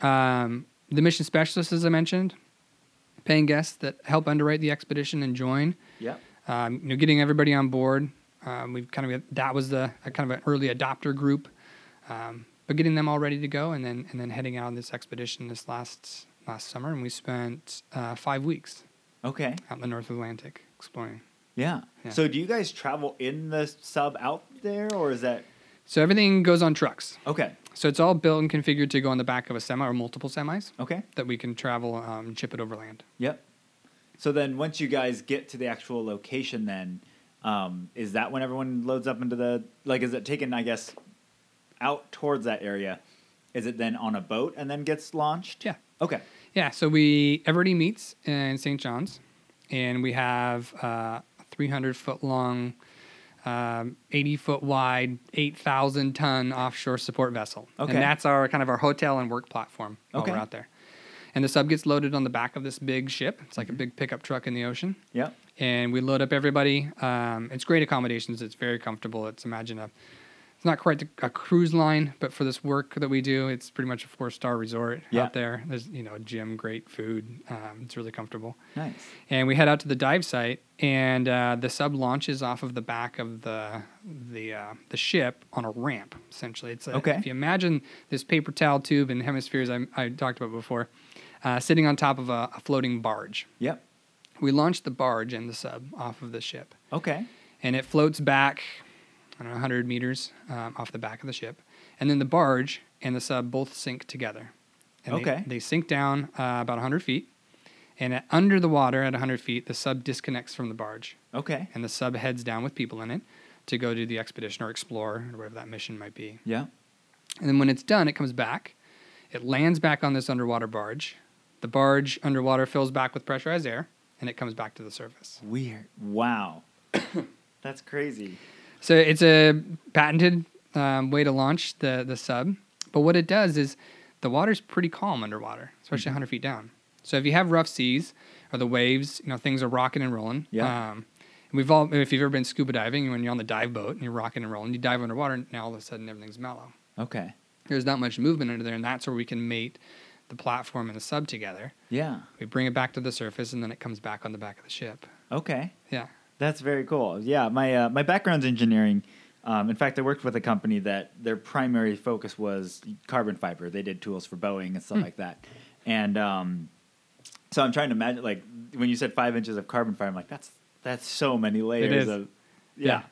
um, the mission specialists, as I mentioned, paying guests that help underwrite the expedition and join, Yeah. um, you know, getting everybody on board. Um, we've kind of that was the a kind of an early adopter group, um, but getting them all ready to go and then and then heading out on this expedition this last last summer, and we spent uh, five weeks Okay. out in the North Atlantic exploring. Yeah. Yeah. So, do you guys travel in the sub out there, or is that So everything goes on trucks. okay? So it's all built and configured to go on the back of a semi or multiple semis Okay. that we can travel um, and ship it overland. Yep. So then, once you guys get to the actual location, then um, is that when everyone loads up into the like? Is it taken? I guess out towards that area. Is it then on a boat and then gets launched? Yeah. Okay. Yeah, so we everybody meets in St. John's, and we have uh, a 300 foot long, um, 80 foot wide, 8,000 ton offshore support vessel. Okay. And that's our kind of our hotel and work platform while Okay. we're out there. And the sub gets loaded on the back of this big ship. It's like Mm-hmm. a big pickup truck in the ocean. Yep. And we load up everybody. Um, it's great accommodations. It's very comfortable. It's imagine a, it's not quite a cruise line, but for this work that we do, it's pretty much a four star resort Yeah. out there. There's you know a gym, great food. Um, it's really comfortable. Nice. And we head out to the dive site, and uh, the sub launches off of the back of the the uh, the ship on a ramp. Essentially, it's a, Okay. If you imagine this paper towel tube and hemispheres I, I talked about before, uh, sitting on top of a, a floating barge. Yep. We launch the barge and the sub off of the ship, Okay. and it floats back, I don't know, 100 meters um, off the back of the ship. And then the barge and the sub both sink together. And they- Okay. They, sink down uh, about 100 feet. And at, under the water at 100 feet, the sub disconnects from the barge. Okay. And the sub heads down with people in it to go do the expedition or explore or whatever that mission might be. Yeah. And then when it's done, it comes back. It lands back on this underwater barge. The barge underwater fills back with pressurized air and it comes back to the surface. Weird. Wow. [COUGHS] That's crazy. So it's a patented um, way to launch the the sub. But what it does is the water's pretty calm underwater, especially 100 feet down. So if you have rough seas or the waves, you know things are rocking and rolling. Yeah. Um, And we've all, if you've ever been scuba diving, and when you're on the dive boat and you're rocking and rolling, you dive underwater, and now all of a sudden everything's mellow. Okay. There's not much movement under there, and that's where we can mate the platform and the sub together. Yeah. We bring it back to the surface, and then it comes back on the back of the ship. Okay. Yeah. That's very cool. Yeah, my uh, my background's engineering. Um, in fact, I worked with a company that their primary focus was carbon fiber. They did tools for Boeing and stuff Hmm. like that. And um, so I'm trying to imagine, like when you said five inches of carbon fiber, I'm like, that's that's so many layers is. of Yeah. yeah,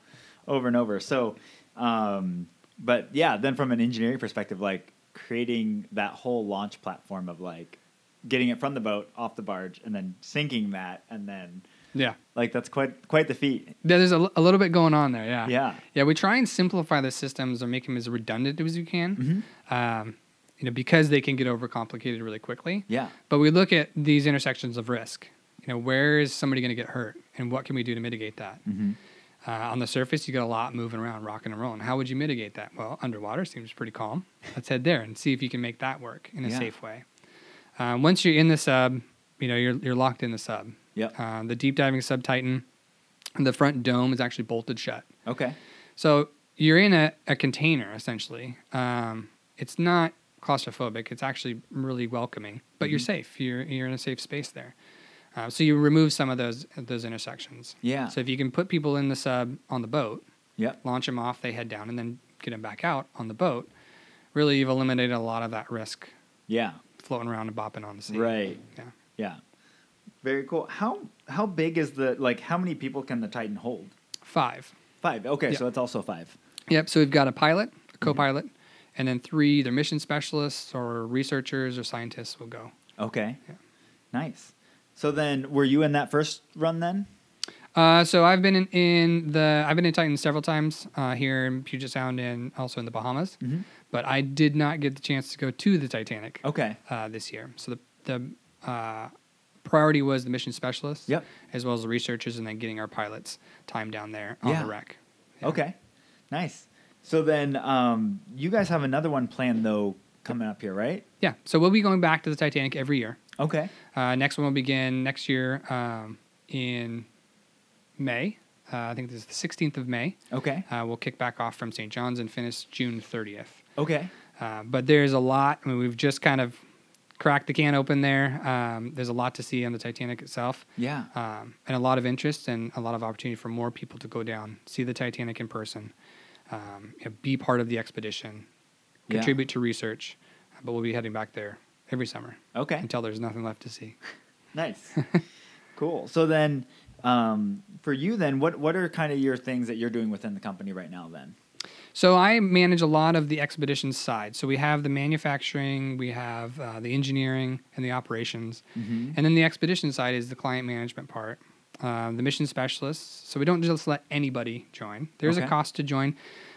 over and over. So, um, but yeah, then from an engineering perspective, like creating that whole launch platform of like getting it from the boat off the barge and then sinking that and then Yeah. like that's quite quite the feat. Yeah, There's a, l- a little bit going on there. Yeah. Yeah. Yeah, we try and simplify the systems or make them as redundant as we can, um, you know, because they can get overcomplicated really quickly. Yeah. But we look at these intersections of risk. You know, where is somebody going to get hurt, and what can we do to mitigate that? Mm. Mm-hmm. Uh, on the surface, you got a lot moving around, rocking and rolling. How would you mitigate that? Well, underwater seems pretty calm. Let's head there and see if you can make that work in a Yeah. safe way. Uh, once you're in the sub, you know you're you're locked in the sub. Yep. Uh, the deep diving sub Titan, the front dome is actually bolted shut. Okay. So you're in a, a container essentially. Um, it's not claustrophobic. It's actually really welcoming, but Mm-hmm. you're safe. You're you're in a safe space there. Uh, so you remove some of those those intersections. Yeah. So if you can put people in the sub on the boat, Yep. launch them off, they head down, and then get them back out on the boat, really you've eliminated a lot of that risk Yeah. floating around and bopping on the sea. Right. Yeah. Yeah. Very cool. How how big is the like how many people can the Titan hold? Five. Five. Okay, Yeah. so it's also five. Yep. So we've got a pilot, Mm-hmm. a co-pilot, and then three either mission specialists or researchers or scientists will go. Okay. Nice. So then were you in that first run then? Uh, so I've been in, in the I've been in Titan several times uh, here in Puget Sound and also in the Bahamas, Mm-hmm. but I did not get the chance to go to the Titanic Okay. uh, this year. So the the uh, priority was the mission specialists, Yep. as well as the researchers, and then getting our pilots time down there on Yeah. the wreck. Okay. Nice. So then um you guys have another one planned though coming up here, right? Yeah, so we'll be going back to the Titanic every year. Okay. Uh, next one will begin next year um, in May. Uh, I think this is the 16th of May. Okay. Uh, we'll kick back off from St. John's and finish June 30th. Okay. Uh, but there's a lot. I mean, we've just kind of cracked the can open there. Um, there's a lot to see on the Titanic itself, Yeah. um, and a lot of interest and a lot of opportunity for more people to go down, see the Titanic in person, um, you know, be part of the expedition, Yeah. contribute to research. But we'll be heading back there every summer Okay. until there's nothing left to see. Nice. [LAUGHS] cool. So then, um, for you, then, what what are kind of your things that you're doing within the company right now? Then. So I manage a lot of the expedition side. So we have the manufacturing, we have uh, the engineering, and the operations, Mm-hmm. and then the expedition side is the client management part. Um, the mission specialists. So we don't just let anybody join. There's a Okay. cost to join,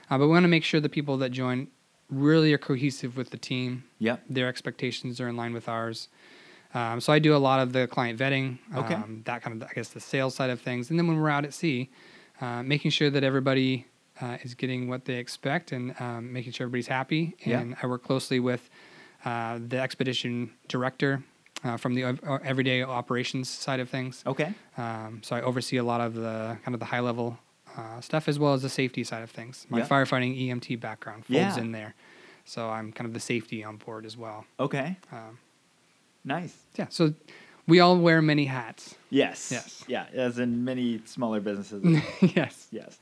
uh, but we want to make sure the people that join really are cohesive with the team. Yep. Their expectations are in line with ours. Um, so I do a lot of the client vetting, Okay. um, that kind of, I guess, the sales side of things. And then when we're out at sea, uh, making sure that everybody uh, is getting what they expect and um, making sure everybody's happy. Yeah. And I work closely with uh, the expedition director uh, from the ev- uh, everyday operations side of things. Okay. Um, so I oversee a lot of the kind of the high level uh, stuff as well as the safety side of things. My Yeah. firefighting EMT background folds Yeah. in there. So I'm kind of the safety on board as well. Okay. Um, Nice. yeah. So we all wear many hats. [LAUGHS] Yes. Yes. Yeah. As in many smaller [LAUGHS] businesses. yes. yes.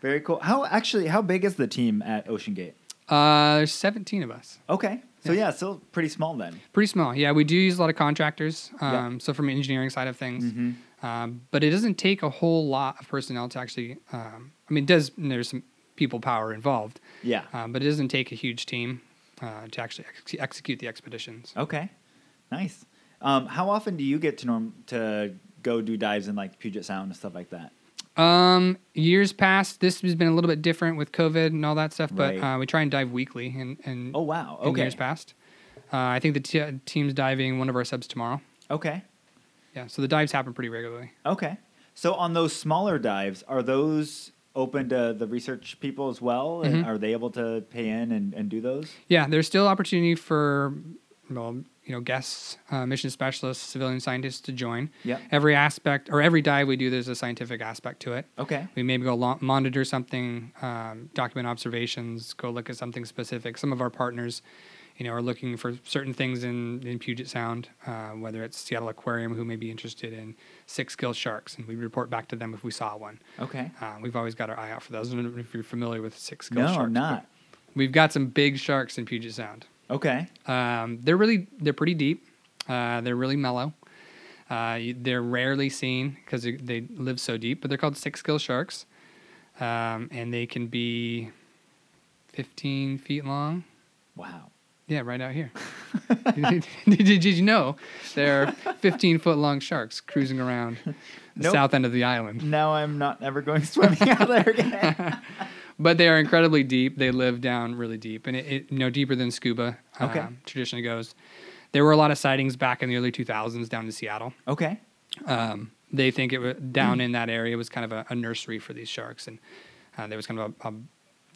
Very cool. How actually? How big is the team at Ocean Gate? Uh, there's 17 of us. Okay. So yeah, still pretty small then. Pretty small. Yeah, we do use a lot of contractors. Yeah. Mm-hmm. Um, So from an engineering side of things, um, but it doesn't take a whole lot of personnel to actually. Um, I mean, it does and there's some people power involved, Yeah. um, but it doesn't take a huge team uh, to actually ex- execute the expeditions. Okay. Nice. Um, how often do you get to norm to go do dives in like Puget Sound and stuff like that? Um, years past, this has been a little bit different with COVID and all that stuff, but Right. uh, we try and dive weekly. And, and Oh wow. in Okay. years past, uh, I think the t- team's diving one of our subs tomorrow. Okay. Yeah, so the dives happen pretty regularly. Okay. So on those smaller dives, are those open to the research people as well? And are they able to pay in and, and do those? Yeah, there's still opportunity for well you know guests, uh, mission specialists, civilian scientists to join. Yep. Every aspect or every dive we do, there's a scientific aspect to it. Okay. We maybe go lo- monitor something, um, document observations, go look at something specific. Some of our partners, you know, are looking for certain things in, in Puget Sound, uh, whether it's Seattle Aquarium, who may be interested in six gill sharks, and we report back to them if we saw one. Okay. Uh, we've always got our eye out for those. I don't know if you're familiar with six gill No, sharks. I'm but not. We've got some big sharks in Puget Sound. Okay. Um, they're really they're pretty deep. Uh, they're really mellow. Uh, you- they're rarely seen because they, they live so deep, but they're called six gill sharks, um, and they can be 15 feet long. [LAUGHS] Wow. Yeah, right out here. [LAUGHS] did, did- did you know there are 15 foot long sharks cruising around the Nope. south end of the island? Now I'm not ever going [LAUGHS] swimming out there again. But they are incredibly deep. They live down really deep, and it, it you know deeper than scuba Okay. um, traditionally goes. There were a lot of sightings back in the early 2000s down in Seattle. [LAUGHS] okay. um, they think it wa down in that area was kind of a, a nursery for these sharks, and uh, there was kind of a, a,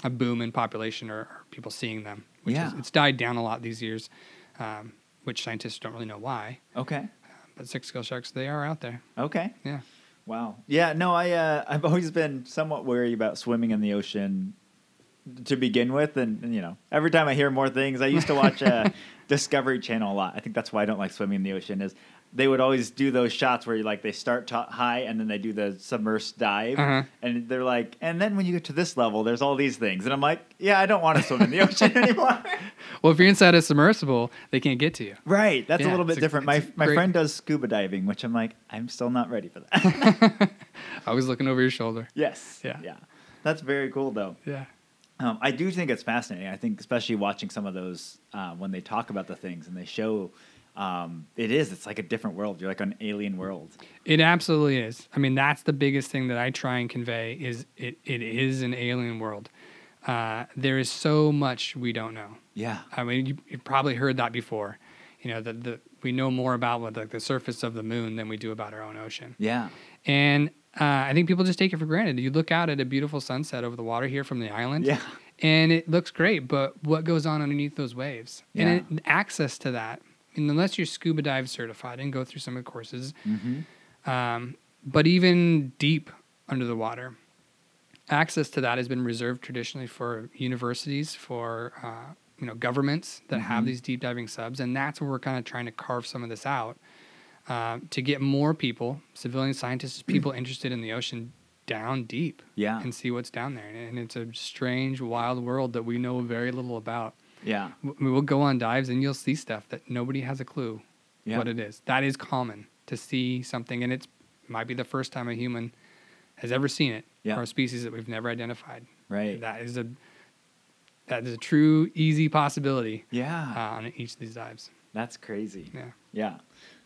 a boom in population or, or people seeing them. Which is, Yeah. it's died down a lot these years, um, which scientists don't really know why. Okay. But six gill sharks, they are out there. Okay. Yeah, Wow. Yeah. No, I uh, I've always been somewhat wary about swimming in the ocean to begin with, and, and you know, every time I hear more things, I used to [LAUGHS] watch uh, Discovery Channel a lot. I think that's why I don't like swimming in the ocean is they would always do those shots where you like they start to- high and then they do the submersed dive, Uh-huh. and they're like, and then when you get to this level, there's all these things, and I'm like, yeah, I don't want to swim in the [LAUGHS] ocean anymore. well, if you're inside a submersible, they can't get to you. Right, that's a Yeah, little it's bit a- different. My it's a my great- friend does scuba diving, which I'm like, I'm still not ready [LAUGHS] for that. I was looking over your shoulder. Yes. Yeah. Yeah. That's very cool, though. Yeah, Um, I do think it's fascinating. I think, especially watching some of those uh, when they talk about the things and they show, um, it is. It's like a different world. You're like an alien world. it absolutely is. I mean, that's the biggest thing that I try and convey is it, it is an alien world. Uh, there is so much we don't know. Yeah. I mean, you, you've probably heard that before. You know, that the, we know more about what, like the surface of the moon than we do about our own ocean. Yeah. And uh, I think people just take it for granted. You look out at a beautiful sunset over the water here from the island, Yeah. and it looks great. But what goes on underneath those waves? And it, access to that, and unless you're scuba dive certified and go through some of the courses, Mm-hmm. um, but even deep under the water. Access to that has been reserved traditionally for universities, for uh, you know governments that have Mhm. these deep diving subs, and that's where we're kind of trying to carve some of this out uh, to get more people, civilian scientists, people interested in the ocean, down deep Yeah. and see what's down there. And it's a strange, wild world that we know very little about. Yeah. W- We'll go on dives and you'll see stuff that nobody has a clue Yeah. what it is. That is common to see something, and it's might be the first time a human has ever seen it Yeah. or a species that we've never identified. Right. That is a that is a true easy possibility uh, Yeah. on each of these dives. That's crazy. Yeah. Yeah,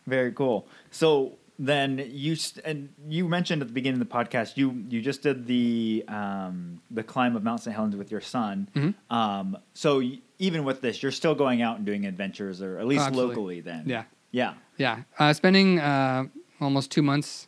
very cool. So then you s- and you mentioned at the beginning of the podcast you you just did the um, the climb of Mount St Helens with your son. Mhm. Um, so y- even with this, you're still going out and doing adventures, or at least absolutely. locally. Then Yeah. yeah, Yeah, uh, spending uh, almost two months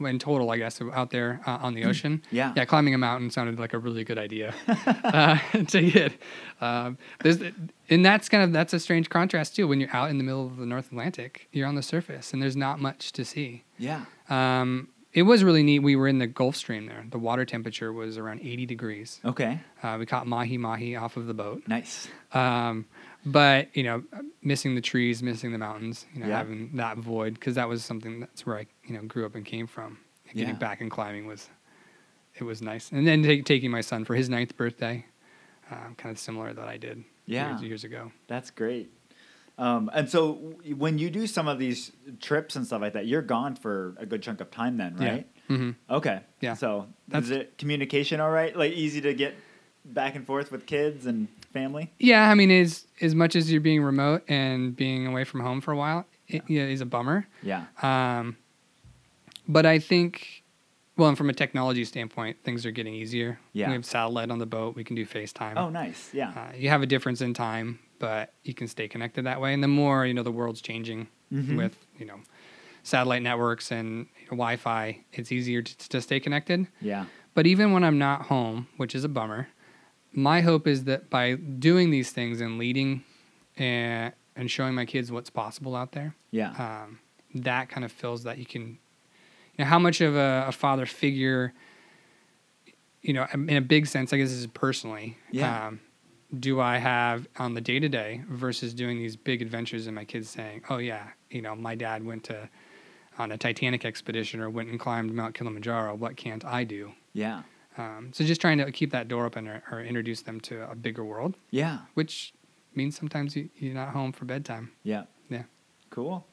in total, I guess, out there uh, on the ocean. Yeah. yeah, climbing a mountain sounded like a really good idea uh, [LAUGHS] to get. Um, there's, and that's kind of that's a strange contrast too. When you're out in the middle of the North Atlantic, you're on the surface, and there's not much to see. yeah. Um, it was really neat. We were in the Gulf Stream there. The water temperature was around 80 degrees. Okay, Uh, we caught mahi mahi off of the boat. nice. Um, but you know, missing the trees, missing the mountains, you know, Yeah. having that void because that was something that's where I you know grew up and came from. Getting Yeah. back and climbing was, it was nice. And then take, taking my son for his ninth birthday, um, kind of similar that I did Yeah. years, years ago. That's great. Um, and so w- when you do some of these trips and stuff like that, you're gone for a good chunk of time then, Yeah. right? Mhm. Okay. Yeah. So That's- is it communication all right? Like easy to get back and forth with kids and family? Yeah, I mean, as as much as you're being remote and being away from home for a while, it yeah, is a bummer. Yeah. Um, but I think, well, and from a technology standpoint, things are getting easier. Yeah. We have satellite on the boat. We can do FaceTime. Oh, nice. Yeah. Uh, you have a difference in time, but you can stay connected that way. And the more you know, the world's changing Mhm. with you know satellite networks and Wi-Fi. It's easier to, to stay connected. yeah. But even when I'm not home, which is a bummer, my hope is that by doing these things and leading uh, and showing my kids what's possible out there. Yeah. Um, that kind of feels that you can, you know, how much of a, a father figure, you know, in a big sense, I guess this is personally, Yeah. um, do I have on the day to day versus doing these big adventures and my kids saying, oh, yeah, you know, my dad went to, on a Titanic expedition or went and climbed Mount Kilimanjaro. What can't I do? yeah. Um, so just trying to keep that door open or, or introduce them to a bigger world, Yeah. which means sometimes you, you're not home for bedtime. Yeah. Yeah. Cool.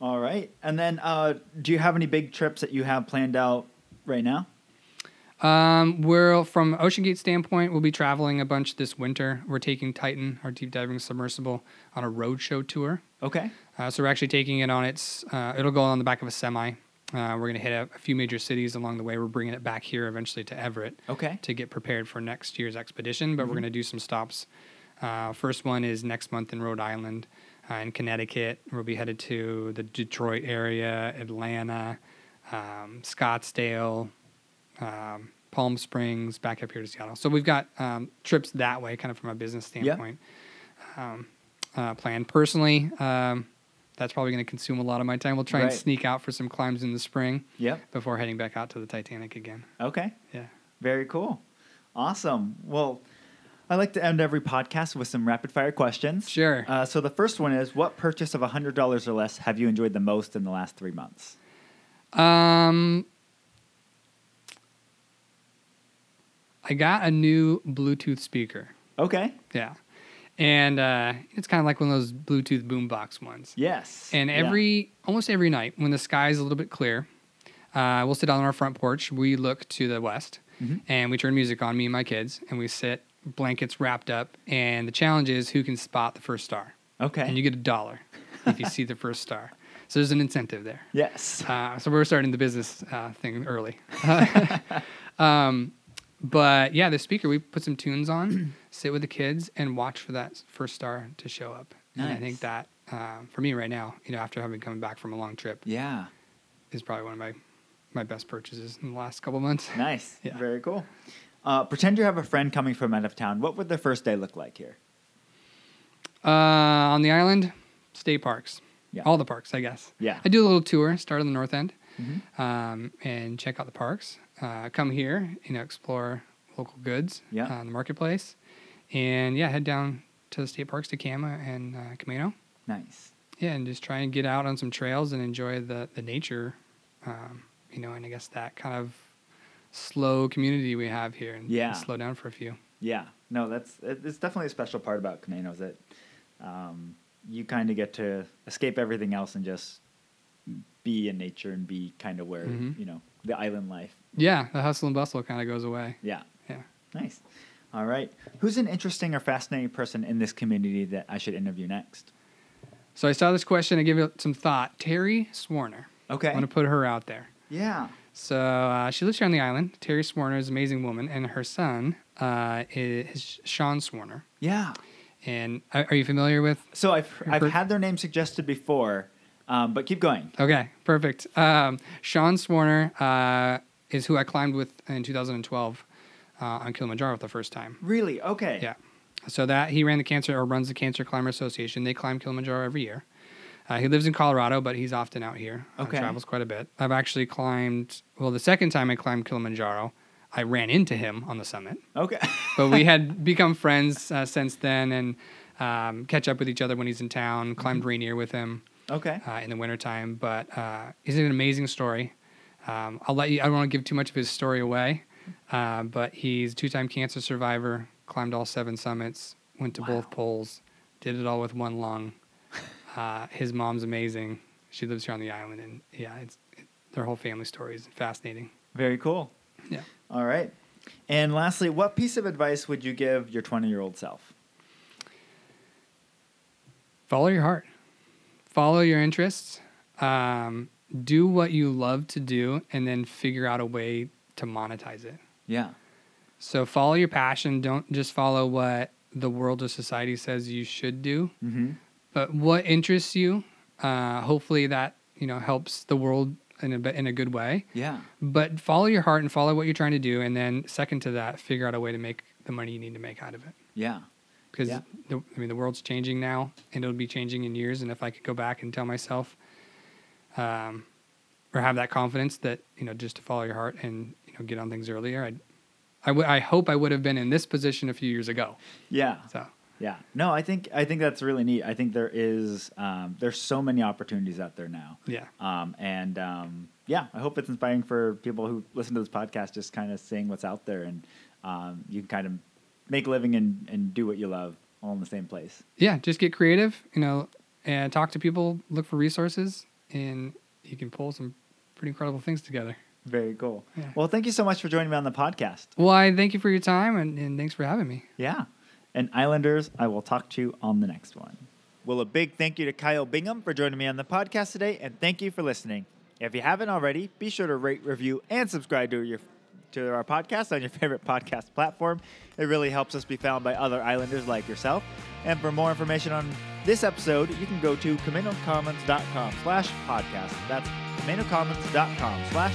All right. And then, uh, do you have any big trips that you have planned out right now? Um, we're from Ocean Gate standpoint, we'll be traveling a bunch this winter. We're taking Titan, our deep diving submersible, on a roadshow tour. Okay. Uh, so we're actually taking it on its. Uh, it'll go on the back of a semi. Uh, we're going to hit a, a few major cities along the way. We're bringing it back here eventually to Everett. Okay. to get prepared for next year's expedition, but we're going to do some stops. Uh, first one is next month in Rhode Island uh, in Connecticut. We'll be headed to the Detroit area, Atlanta, um, Scottsdale, um, Palm Springs, back up here to Seattle. So we've got um, trips that way, kind of from a business standpoint. Um, uh, planned personally, um, that's probably going to consume a lot of my time. We'll try and Right. sneak out for some climbs in the spring Yep. before heading back out to the Titanic again. Okay. Yeah. Very cool. Awesome. Well, I like to end every podcast with some rapid fire questions. Sure. Uh, so the first one is what purchase of $100 or less have you enjoyed the most in the last three months? Um, I got a new Bluetooth speaker. Okay. Yeah, and uh, it's kind of like one of those Bluetooth boombox ones. Yes. And Yeah. every almost every night when the sky is a little bit clear, uh, we'll sit on our front porch. We look to the west, Mhm. and we turn music on. Me and my kids, and we sit blankets wrapped up. And the challenge is who can spot the first star. Okay. And you get a dollar if you see the first star. So there's an incentive there. yes. Uh, so we were starting the business uh, thing early. [LAUGHS] um, but yeah, the speaker, we put some tunes [CLEARS THROAT] on, sit with the kids, and watch for that first star to show up. And I Nice. think that uh, for me right now, you know, after having come back from a long trip, Yeah. is probably one of my my best purchases in the last couple months. Nice. Yeah. Very cool. Uh, pretend you have a friend coming from out of town. What would their first day look like here? Uh, on the island, state parks, Yeah. all the parks, I guess. Yeah. I do a little tour, start on the north end, Mhm. um, and check out the parks. Uh, come here, you know, explore local goods Yeah. uh, in the marketplace, and yeah, head down to the state parks to Cama and uh, Camino. Nice. Yeah, and just try and get out on some trails and enjoy the the nature, um, you know, and I guess that kind of slow community we have here, and, and Yeah. slow down for a few. Yeah, no, that's it- it's definitely a special part about Kamano is that um, you kind of get to escape everything else and just be in nature and be kind of where Mhm. you know the island life. Yeah, the hustle and bustle kind of goes away. Yeah, Yeah. nice. All right, who's an interesting or fascinating person in this community that I should interview next? So I saw this question. I give it some thought. Terry Swarner. Okay. I'm going to put her out there. Yeah. So uh, she lives here on the island. Terry Swarner is an amazing woman, and her son uh, is Sean Swarner. Yeah. And uh, are are you familiar with? So I've I've per- had their name suggested before, um, but keep going. Okay, perfect. Um, Sean Swarner uh, is who I climbed with in 2012 uh, on Kilimanjaro the first time. Really? Okay. Yeah. So that he ran the cancer or runs the Cancer Climber Association. They climb Kilimanjaro every year. Uh, he lives in Colorado, but he's often out here. uh, Okay. travels quite a bit. I've actually climbed. Well, the second time I climbed Kilimanjaro, I ran into him on the summit. Okay. [LAUGHS] But we had become friends uh, since then and um, catch up with each other when he's in town. Climbed Rainier with him okay. uh, in the wintertime. But uh, he's an amazing story. Um, I'll let you, I don't want to give too much of his story away, uh, but he's a two time cancer survivor, climbed all seven summits, went to both poles, did it all with one lung. Uh, his mom's amazing. She lives here on the island, and yeah, it's, it, their whole family story is fascinating. Very cool. Yeah. All right. And lastly, what piece of advice would you give your 20 year old self? follow your heart follow your interests um, do what you love to do and then figure out a way to monetize it Yeah. so follow your passion don't just follow what the world or society says you should do Mm-hmm. but what interests you uh, hopefully that you know helps the world in a, bit- in a good way Yeah. but follow your heart and follow what you're trying to do and then second to that figure out a way to make the money you need to make out of it Yeah. because Yeah. the, I mean the world's changing now, and it'll be changing in years. And if I could go back and tell myself, um, or have that confidence that you know just to follow your heart and you know get on things earlier, I'd, I would I hope I would have been in this position a few years ago. Yeah. So Yeah. No, I think I think that's really neat. I think there is um, there's so many opportunities out there now. yeah, Um, and um, yeah, I hope it's inspiring for people who listen to this podcast, just kind of seeing what's out there, and um, you can kind of make a living and, and do what you love all in the same place. yeah, just get creative, you know, and talk to people, look for resources, and you can pull some pretty incredible things together. Very cool. Yeah. Well, thank you so much for joining me on the podcast. Well, I thank you for your time and, and thanks for having me. Yeah. And Islanders, I will talk to you on the next one. Well, a big thank you to Kyle Bingham for joining me on the podcast today, and thank you for listening. If you haven't already, be sure to rate, review, and subscribe to your to our podcast on your favorite podcast platform. It really helps us be found by other Islanders like yourself. And for more information on this episode, you can go to CaminoCommons.com slash podcast. That's CaminoCommons.com slash